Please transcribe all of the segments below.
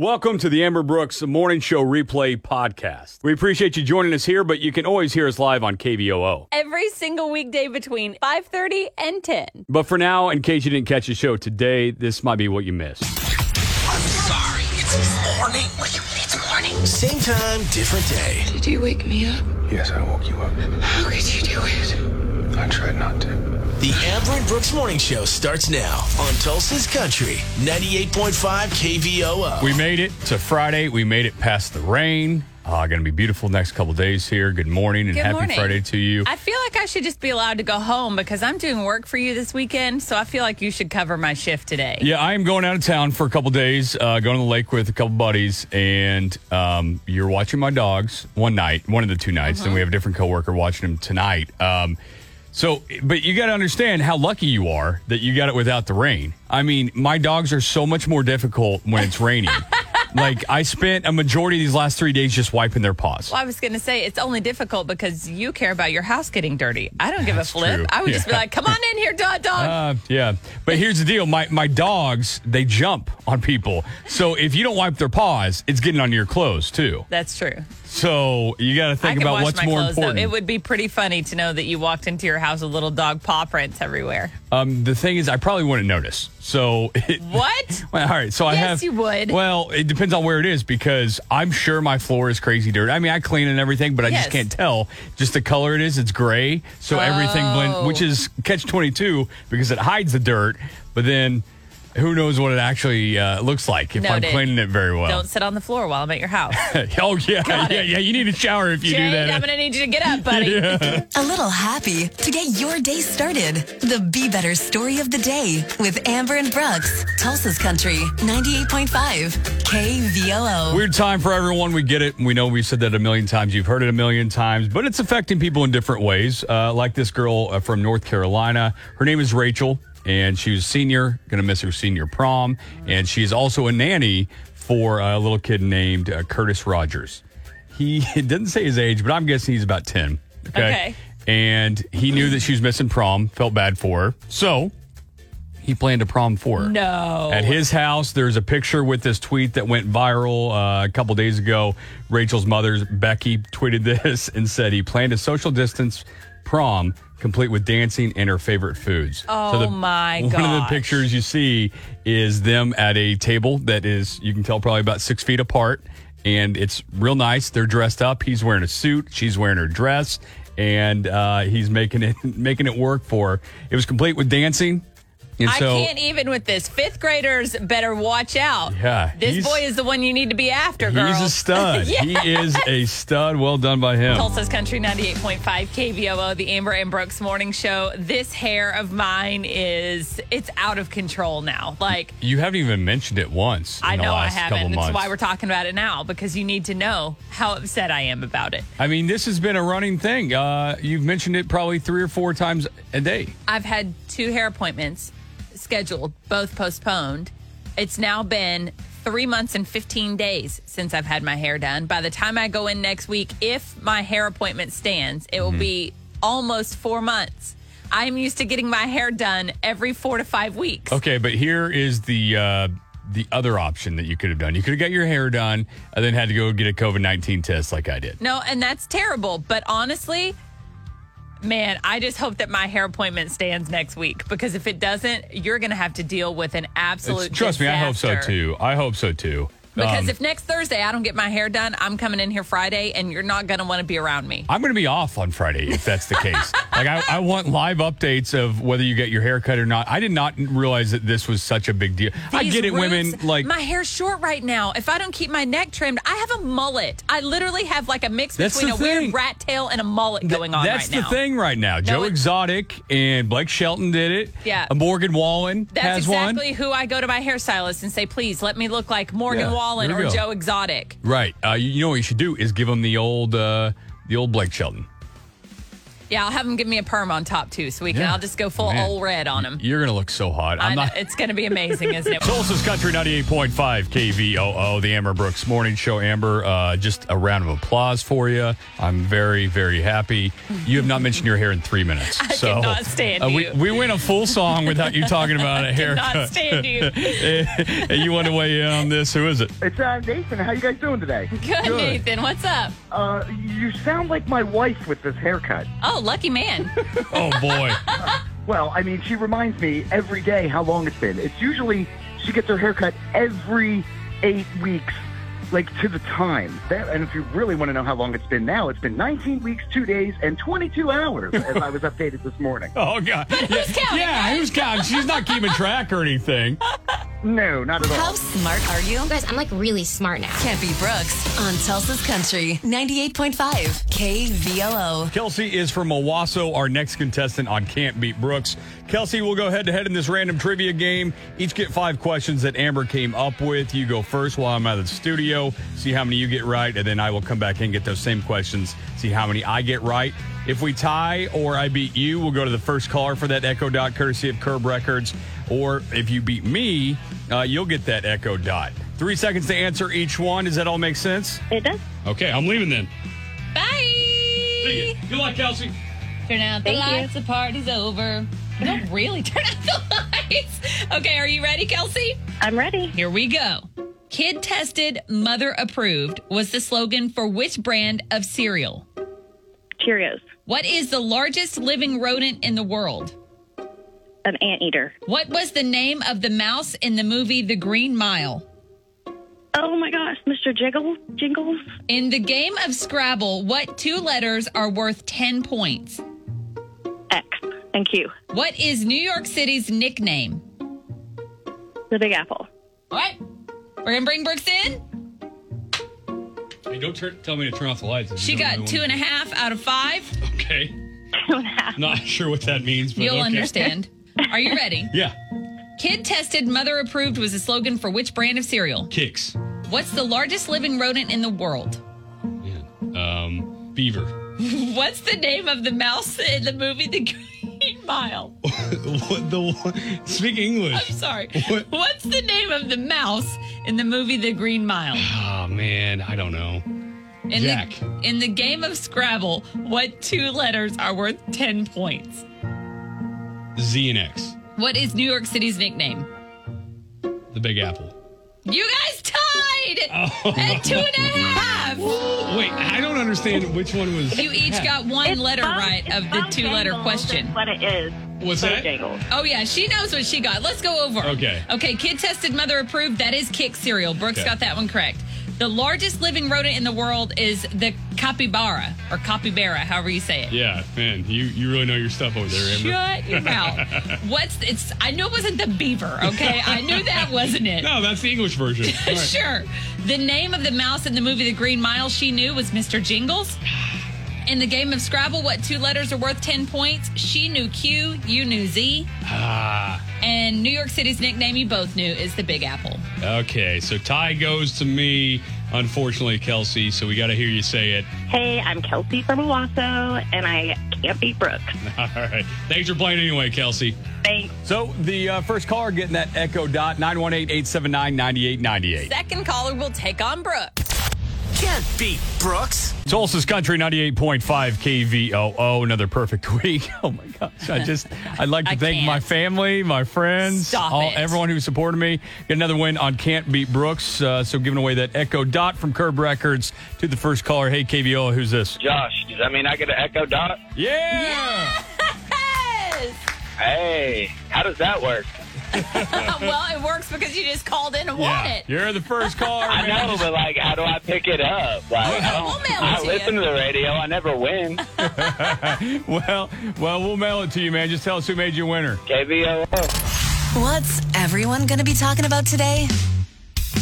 Welcome to the Amber Brooks Morning Show Replay Podcast. We appreciate you joining us here, but you can always hear us live on KVOO. every single weekday between 5.30 and 10 But for now, in case you didn't catch the show today, this might be what you missed. I'm sorry. It's morning. Will you it's morning? Same time, different day. Did you wake me up? Yes, I woke you up. How could you do it? I tried not to. The Amber and Brooks Morning Show starts now on Tulsa's Country, 98.5 KVOO. We made it to Friday. We made it past the rain. Uh, going to be beautiful next couple days here. Good morning and Good happy morning. Friday to you. i feel like i should just be allowed to go home because i'm doing work for you this weekend so i feel like you should cover my shift today yeah, I am going out of town for a couple days, uh, going to the lake with a couple buddies, and um, you're watching my dogs one night, one of the two nights, and we have a different coworker watching them tonight. Um, so, but you got to understand how lucky you are that you got it without the rain. I mean, my dogs are so much more difficult when it's raining. like, I spent a majority of these last three days just wiping their paws. Well, I was going to say it's only difficult because you care about your house getting dirty. I don't give a That's flip. true. I would just be Yeah. like, "Come on in here, dog, dog." Uh, yeah, but here's the deal: my my dogs they jump on people, so if you don't wipe their paws, it's getting on your clothes too. That's true. So you got to I think could about wash what's my more clothes important. though. It would be pretty funny to know that you walked into your house with little dog paw prints everywhere. um, the thing is, I probably wouldn't notice. So it, What? Well, all right, so I Yes, have. you would. Well, it depends on where it is because I'm sure my floor is crazy dirty. I mean, I clean and everything, but I Yes. just can't tell. Just the color it is, it's gray, so everything blends, Oh. which is catch twenty two because it hides the dirt, but then who knows what it actually uh, looks like if I'm Noted. cleaning it very well. Don't sit on the floor while I'm at your house. oh yeah, yeah, yeah. You need a shower if you do Jade, that. I'm going to need you to get up, buddy. A little happy to get your day started. The Be Better Story of the Day with Amber and Brooks, Tulsa's Country, 98.5, KVOO. Weird time for everyone. We get it. We know we've said that a million times. You've heard it a million times, but it's affecting people in different ways. Uh, like this girl uh, from North Carolina. Her name is Rachel, and she was senior. Going to miss her senior prom, and she's also a nanny for a little kid named uh, Curtis Rogers. He it doesn't say his age, but I'm guessing he's about ten. Okay. And he knew that she was missing prom. Felt bad for her, so he planned a prom for her. No. At his house, there's a picture with this tweet that went viral uh, a couple days ago. Rachel's mother, Becky, tweeted this and said he planned a social distance prom complete with dancing and her favorite foods. Oh my One of the gosh. pictures you see is them at a table that is, you can tell, probably about six feet apart. And it's real nice. They're dressed up. He's wearing a suit. She's wearing her dress, and uh, he's making it making it work for her. It was complete with dancing, and I so can't even with this. Fifth graders better watch out. Yeah, This he's- boy is the one you need to be after, girl. He's a stud. He is a stud. Well done by him. Tulsa's Country 98.5 KVOO, the Amber and Brooks Morning Show. This hair of mine is, it's out of control now. Like, You haven't even mentioned it once. I in the know I last Couple haven't. That's months. why we're talking about it now, because you need to know how upset I am about it. I mean, this has been a running thing. Uh, you've mentioned it probably three or four times a day. I've had two hair appointments scheduled, both postponed. It's now been three months and 15 days since I've had my hair done. By the time I go in next week, if my hair appointment stands, it will Mm-hmm. be almost four months. I'm used to getting my hair done every four to five weeks. Okay, but here is the uh, the other option that you could have done. You could have got your hair done and then had to go get a COVID nineteen test like I did. No, and that's terrible. But honestly, man, I just hope that my hair appointment stands next week because if it doesn't, you're going to have to deal with an absolute. It's- trust me, I hope so disaster. too. I hope so too. Because Um, if next Thursday I don't get my hair done, I'm coming in here Friday and you're not going to want to be around me. I'm going to be off on Friday if that's the case. like, I, I want live updates of whether you get your hair cut or not. I did not realize that this was such a big deal. I These get it, roots- women. Like, my hair's short right now. If I don't keep my neck trimmed, I have a mullet. I literally have like a mix That's between the a weird thing. rat tail and a mullet going on that's right the now. thing right now. Joe it- Exotic and Blake Shelton did it. Yeah. Uh, Morgan Wallen That's has exactly who I go to my hairstylist and say, please let me look like Morgan Yeah, Wallen there or we go. Joe Exotic. one. Right. Uh, you, you know what you should do is give him the old uh, the old Blake Shelton. Yeah, I'll have him give me a perm on top too, so we can. Yeah. I'll just go full Man. old red on him. You're going to look so hot. I I'm know, not. it's going to be amazing, isn't it? Tulsa's Country 98.5 KVOO, the Amber Brooks Morning Show. Amber, uh, just a round of applause for you. I'm very, very happy. You have not mentioned your hair in three minutes. I so, uh, cannot stand we, you. we went a full song without you talking about a Not haircut. stand you. Hey, you want to weigh in on this? Who is it? It's uh, Nathan. How you guys doing today? Good, Nathan. What's up? Uh, you sound like my wife with this haircut. Oh, lucky man. Oh, boy. Well, I mean, she reminds me every day how long it's been. It's usually she gets her haircut every eight weeks, like to the time. That, and if you really want to know how long it's been now, it's been 19 weeks, two days, and 22 hours, as I was updated this morning. Oh, God. yeah, counting? yeah, who's counting? She's not keeping track or anything. No, not at all. How smart are you? Guys, I'm like really smart now. Campy Brooks on Tulsa's Country 98.5 KVOO. Kelsey is from Owasso, our next contestant on Can't Beat Brooks. Kelsey, we'll go head to head in this random trivia game. Each get five questions that Amber came up with. You go first while I'm out of the studio, see how many you get right, and then I will come back and get those same questions, see how many I get right. If we tie or I beat you, we'll go to the first caller for that Echo Dot courtesy of Curb Records. Or if you beat me, uh, you'll get that Echo Dot. Three seconds to answer each one. Does that all make sense? It does. Okay, I'm leaving then. Bye. Good luck, Kelsey. Turn out the Thank you. lights. The party's over. No, really. Turn out the lights. Okay, are you ready, Kelsey? I'm ready. Here we go. Kid tested, mother approved was the slogan for which brand of cereal? Cheerios. What is the largest living rodent in the world? An anteater. What was the name of the mouse in the movie The Green Mile? Oh my gosh, Mr. Jiggle Jingles. In the game of Scrabble, what two letters are worth 10 points? X. Thank you. What is New York City's nickname? The Big Apple. All right, we're going to bring Brooks in. Hey, don't turn, tell me to turn off the lights. She got two and a half out of five. Okay. Not sure what that means, but You'll Mm-hmm. okay. understand. Are you ready? Yeah, Kid tested, mother approved was a slogan for which brand of cereal? kicks. What's the largest living rodent in the world? Man. Um, beaver. What's the name of the mouse in the movie The Green Mile? what the? one- Speak English. I'm sorry. What? What's the name of the mouse in the movie The Green Mile? Oh man, I don't know. In Jack. The, in the game of Scrabble, what two letters are worth 10 points? Z and X. What is New York City's nickname? The Big Apple. You guys tied Oh. at two and a half. Wait, I don't understand which one was. You each got one letter right of the two letter question. That's what it is. What's that? Bojangles. Oh, yeah, she knows what she got. Let's go over. Okay. Okay, kid tested, mother approved. That is kick cereal. Brooks Okay. got that one correct. The largest living rodent in the world is the capybara, or capybara, however you say it. Yeah, man, you you really know your stuff over there, Amber. Shut your mouth. What's it's? I knew it wasn't the beaver. Okay, I knew that wasn't it. No, that's the English version. All right. Sure. The name of the mouse in the movie The Green Mile she knew was Mr. Jingles. In the game of Scrabble, what two letters are worth 10 points? She knew Q, you knew Z. Ah, And New York City's nickname you both knew is the Big Apple. okay. So tie goes to me, unfortunately, Kelsey. So we got to hear you say it. Hey, I'm Kelsey from Owasso, and I can't beat Brooks. All right. Thanks for playing anyway, Kelsey. Thanks. So the uh, first caller getting that Echo Dot 918-879-9898. Second caller will take on Brooks. Can't beat Brooks. Tulsa's Country 98.5 KVOO. Another perfect week. Oh my gosh. I just I'd like to I thank can't. my family, my friends, Stop all it. everyone who supported me. Get another win on Can't Beat Brooks. Uh, so giving away that Echo Dot from Curb Records to the first caller. Hey KVOO, who's this? Josh, does that mean I get an Echo Dot? Yeah. Yes! Hey, how does that work? well, it works because you just called in and won it. You're the first caller. I man. I know, just- but like, how do I pick it up? Like, I We'll don't. mail it I to you. listen to the radio. I never win. well, well, we'll mail it to you, man. Just tell us who made you a winner. KVOO. What's everyone going to be talking about today?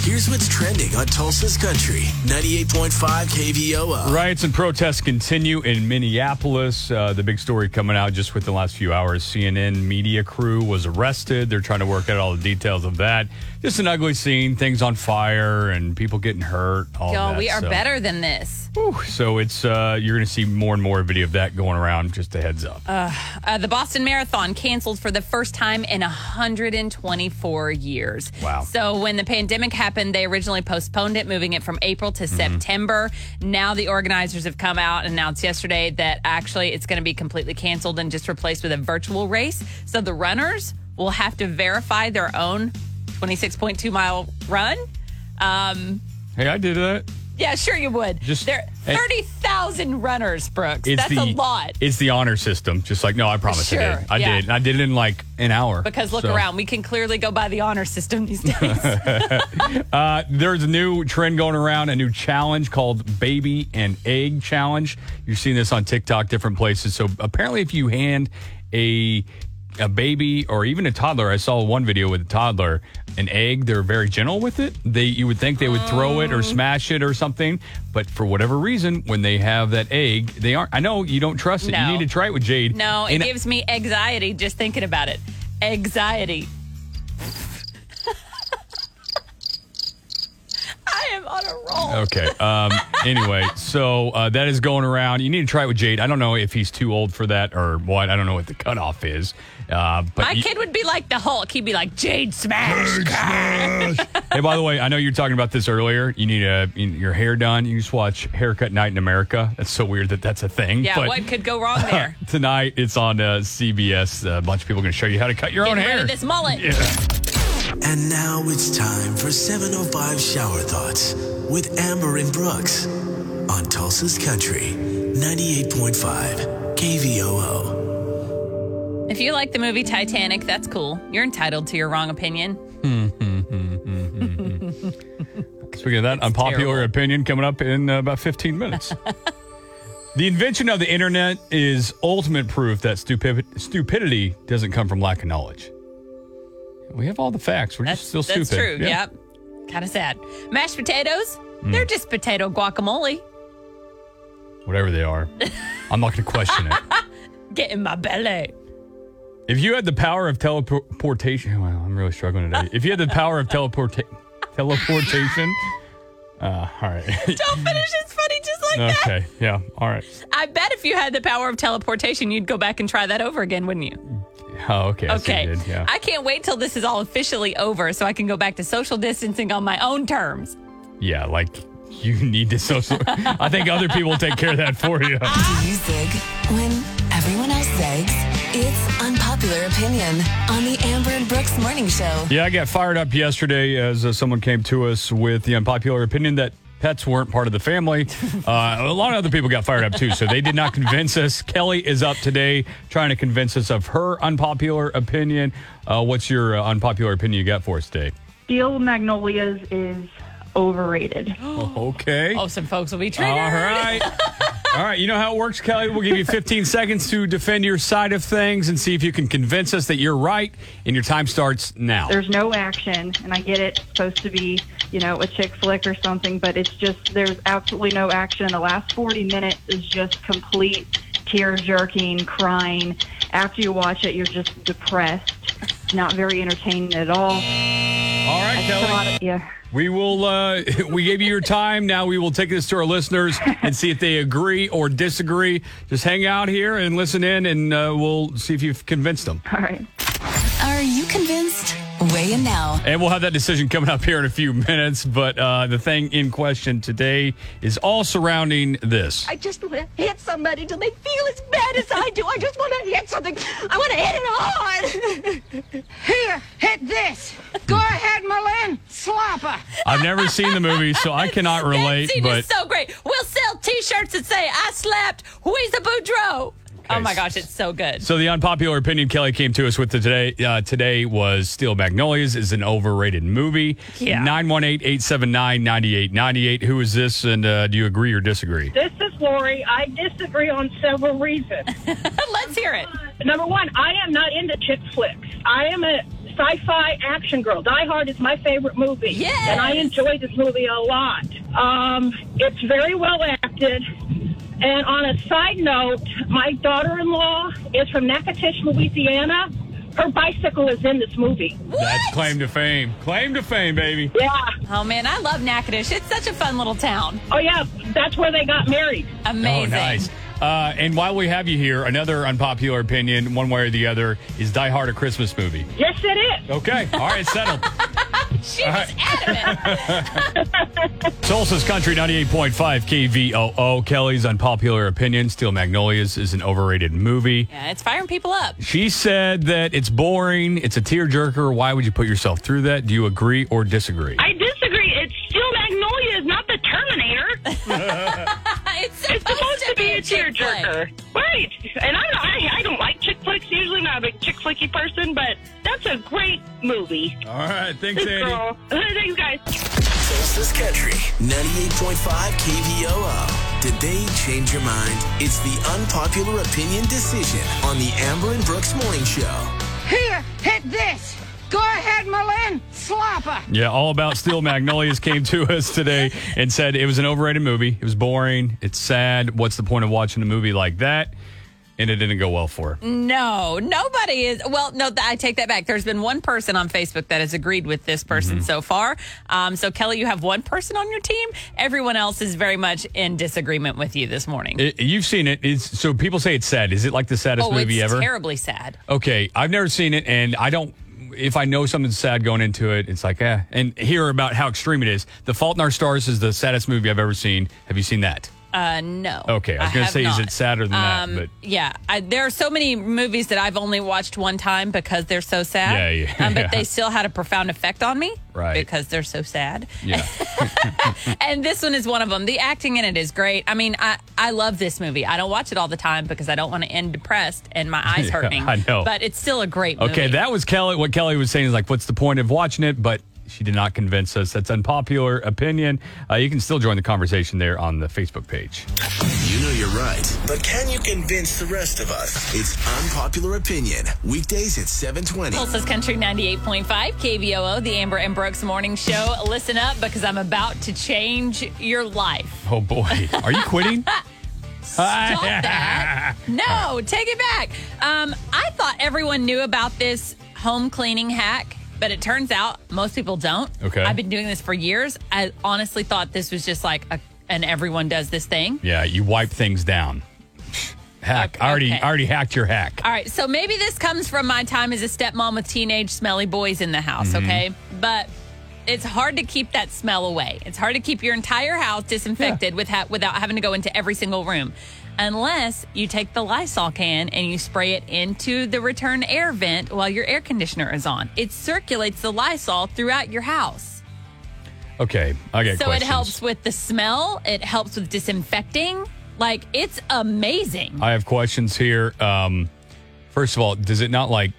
Here's what's trending on Tulsa's Country 98.5 KVOO. Riots and protests continue in Minneapolis. Uh, the big story coming out just within the last few hours CNN media crew was arrested. They're trying to work out all the details of that. Just an ugly scene, things on fire and people getting hurt. All Y'all, that, we are so. better than this. Whew, so it's uh, you're going to see more and more video of that going around. Just a heads up. Uh, the Boston Marathon canceled for the first time in 124 years. Wow. So when the pandemic happened, they originally postponed it, moving it from April to Mm-hmm. September. Now the organizers have come out and announced yesterday that actually it's going to be completely canceled and just replaced with a virtual race. So the runners will have to verify their own 26.2 mile run. Um, hey, I did that. yeah, sure you would. Just- there and- 30,000 runners, Brooks. That's the, a lot. It's the honor system. Just like no, I promise I Sure, did. I yeah. did. I did it in like an hour. Because look So- around, we can clearly go by the honor system these days. Uh, There's a new trend going around, a new challenge called Baby and Egg Challenge. You've seen this on TikTok, different places. So apparently, if you hand a a baby or even a toddler, I saw one video with a toddler, an egg. They're very gentle with it. They you would think they would throw Oh. it or smash it or something, but for whatever reason, when they have that egg, they aren't. I know you don't trust it. No. You need to try it with Jade. no, it And- gives me anxiety just thinking about it. Anxiety. I am on a roll. Okay. Um, anyway, so uh, that is going around. You need to try it with Jade. I don't know if he's too old for that or what. I don't know what the cutoff is. Uh, but My you- kid would be like the Hulk. He'd be like, Jade smash. hey, by the way, I know you were talking about this earlier. You need a, you your hair done. You just watch Haircut Night in America. That's so weird that that's a thing. Yeah, but what could go wrong there? tonight it's on uh, CBS. a bunch of people are going to show you how to cut your Get own rid hair. of this mullet. And now it's time for 705 Shower Thoughts with Amber and Brooks on Tulsa's Country 98.5 KVOO. If you like the movie Titanic, that's cool. You're entitled to your wrong opinion. Speaking of that, unpopular terrible. opinion coming up in uh, about 15 minutes. the invention of the internet is ultimate proof that stupid, stupidity doesn't come from lack of knowledge. We have all the facts. We're That's just still that's stupid. true. Yep. Kind of sad. Mashed potatoes, Mm. they're just potato guacamole. Whatever they are. I'm not going to question it. Get in my belly. If you had the power of teleportation, well, I'm really struggling today. If you had the power of teleporta- teleportation, uh, all right. Don't finish. It's funny just like that. okay. Yeah. All right. I bet if you had the power of teleportation, you'd go back and try that over again, wouldn't you? Oh, okay. I see what Okay. you did, Yeah. I can't wait till this is all officially over so I can go back to social distancing on my own terms. Yeah, like you need to social. I think other people take care of that for you. Do you zig when everyone else zigs? It's unpopular opinion on the Amber and Brooks Morning Show. Yeah, I got fired up yesterday as uh, someone came to us with the unpopular opinion that pets weren't part of the family. Uh, a lot of other people got fired up too, so they did not convince us. Kelly is up today trying to convince us of her unpopular opinion. Uh, what's your uh, unpopular opinion you got for us today? Steel Magnolias is overrated. Okay. Oh, some folks will be All triggered. right. All right. You know how it works, Kelly? We'll give you 15 seconds to defend your side of things and see if you can convince us that you're right. And your time starts now. There's no action, and I get it. It's supposed to be, you know, a chick flick or something, but it's just there's absolutely no action. The last 40 minutes is just complete tear jerking, crying. After you watch it, you're just depressed. It's Not very entertaining at all. All right, Kelly. Yeah. We will. Uh, we gave you your time. Now we will take this to our listeners and see if they agree or disagree. Just hang out here and listen in, and uh, we'll see if you've convinced them. All right. Are you convinced? Weigh in now. And we'll have that decision coming up here in a few minutes. But uh, the thing in question today is all surrounding this. I just want to hit somebody till they feel as bad as I do. I just want to hit something. I want to hit it hard. Here, hit this. Go ahead, Malin. Slapper. I've never seen the movie, so I cannot relate. That scene but is so great. We'll sell T-shirts that say "I slapped Weeza Boudreaux." Oh my gosh, it's so good. So the unpopular opinion Kelly came to us with today uh, today was Steel Magnolias is an overrated movie. Yeah. 918-879-9898. Who is this and uh, do you agree or disagree? This is Lori. I disagree on several reasons. Let's hear it. Number one, I am not into chick flicks. I am a sci-fi action girl. Die Hard is my favorite movie, Yes. and I enjoy this movie a lot. Um, it's very well acted. And on a side note, my daughter-in-law is from Natchitoches, Louisiana. Her bicycle is in this movie. That's claim to fame. Claim to fame, baby. Yeah. Oh man, I love Natchitoches. It's such a fun little town. Oh yeah, that's where they got married. Amazing. Oh, nice. Uh, and while we have you here, another unpopular opinion, one way or the other, is Die Hard a Christmas movie. Yes, it is. Okay. All right, settled. She was adamant. Solstice Country 98.5 KVOO. Kelly's unpopular opinion Steel Magnolias is an overrated movie. yeah, it's firing people up. She said that it's boring, it's a tearjerker. Why would you put yourself through that? Do you agree or disagree? I disagree. It's still Magnolia is not the Terminator. It's supposed, It's supposed to be a chick flick. tearjerker, right? And I'm not, I, I don't like chick flicks. Usually, not a big chick flicky person, but that's a great movie. All right. Thanks, This girl. Thanks, guys. Tulsa's Country, 98.5 KVOO. Did they change your mind? It's the unpopular opinion decision on the Amber and Brooks Morning Show. Here, hit this. Go ahead, Malin. Slapper. Yeah, all about Steel Magnolias came to us today and said it was an overrated movie. It was boring. It's sad. What's the point of watching a movie like that? And it didn't go well for her. No, nobody is. Well, no, th- I take that back. There's been one person on Facebook that has agreed with this Mm-hmm. person so far. Um, so, Kelly, you have one person on your team. Everyone else is very much in disagreement with you this morning. It- you've seen it. It's, so people say it's sad. Is it like the saddest oh, movie it's ever? terribly sad. Okay, I've never seen it, and I don't. If I know something's sad going into it, it's like, eh. And hear about how extreme it is. The Fault in Our Stars is the saddest movie I've ever seen. Have you seen that? Uh, no. Okay, I was gonna have say, is not. it sadder than that, Um, but- yeah, I, there are so many movies that I've only watched one time because they're so sad. Yeah, yeah, Um, but yeah. they still had a profound effect on me, Right. Because they're so sad. Yeah. and this one is one of them. The acting in it is great. I mean, I, I love this movie. I don't watch it all the time because I don't want to end depressed and my eyes Yeah, hurting. I know. But it's still a great movie. okay, that was Kelly. What Kelly was saying is like, what's the point of watching it? But she did not convince us. That's unpopular opinion. Uh, you can still join the conversation there on the Facebook page. You know you're right, but can you convince the rest of us? It's unpopular opinion. Weekdays at 720. Tulsa's Country 98.5, KVOO, the Amber and Brooks Morning Show. Listen up because I'm about to change your life. Oh boy, are you quitting? Stop that. No, take it back. Um, I thought everyone knew about this home cleaning hack, but it turns out most people don't. Okay. I've been doing this for years. I honestly thought this was just like a, an everyone does this thing. yeah, you wipe things down. Hack. I already, Okay. I already hacked your hack. All right, so maybe this comes from my time as a stepmom with teenage smelly boys in the house, okay? But it's hard to keep that smell away. It's hard to keep your entire house disinfected with ha- without having to go into every single room. Unless you take the Lysol can and you spray it into the return air vent while your air conditioner is on. It circulates the Lysol throughout your house. Okay, I get so it questions. helps with the smell, it helps with disinfecting. Like, it's amazing. I have questions here. Um, first of all, does it not like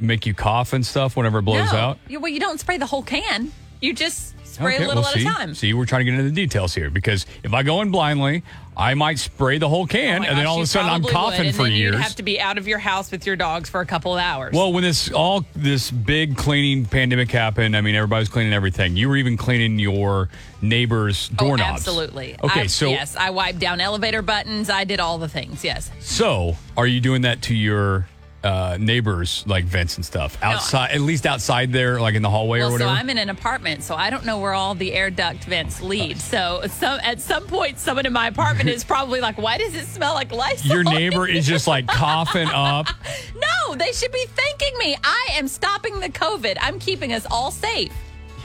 make you cough and stuff whenever it blows no. out? You- Well, you don't spray the whole can. You just spray Okay, a little well, at see, a time. See, we're trying to get into the details here because if I go in blindly, I might spray the whole can, Oh my and then gosh, all of you a sudden I'm probably coughing would, and for then years. You'd have to be out of your house with your dogs for a couple of hours. well, when this all this big cleaning pandemic happened, I mean everybody's cleaning everything. You were even cleaning your neighbor's Oh, doorknobs. absolutely. Okay, I- so yes, I wiped down elevator buttons. I did all the things. Yes. So, are you doing that to your uh, neighbors, like vents and stuff, outside? At least outside there, like in the hallway or Well, so whatever. I'm in an apartment, so I don't know where all the air duct vents lead. So, some at some point, someone in my apartment is probably like, "Why does it smell like Lysol?" your neighbor is just like coughing up. No, they should be thanking me. I am stopping the COVID. I'm keeping us all safe.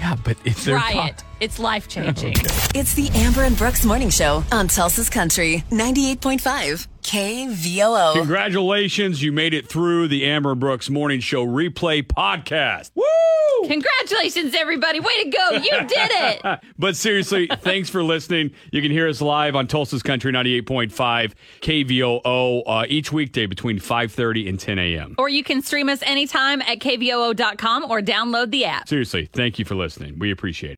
Yeah, but if they're Try cough- it. It's life changing. It's the Amber and Brooks Morning Show on Tulsa's Country 98.5 KVOO. Congratulations, you made it through the Amber Brooks Morning Show replay podcast. Woo! Congratulations, everybody. Way to go. You did it. Uh, But seriously, thanks for listening. You can hear us live on Tulsa's Country 98.5 KVOO uh, each weekday between 5:30 and 10 a.m. Or you can stream us anytime at kvoo.com or download the app. Seriously, thank you for listening. We appreciate it.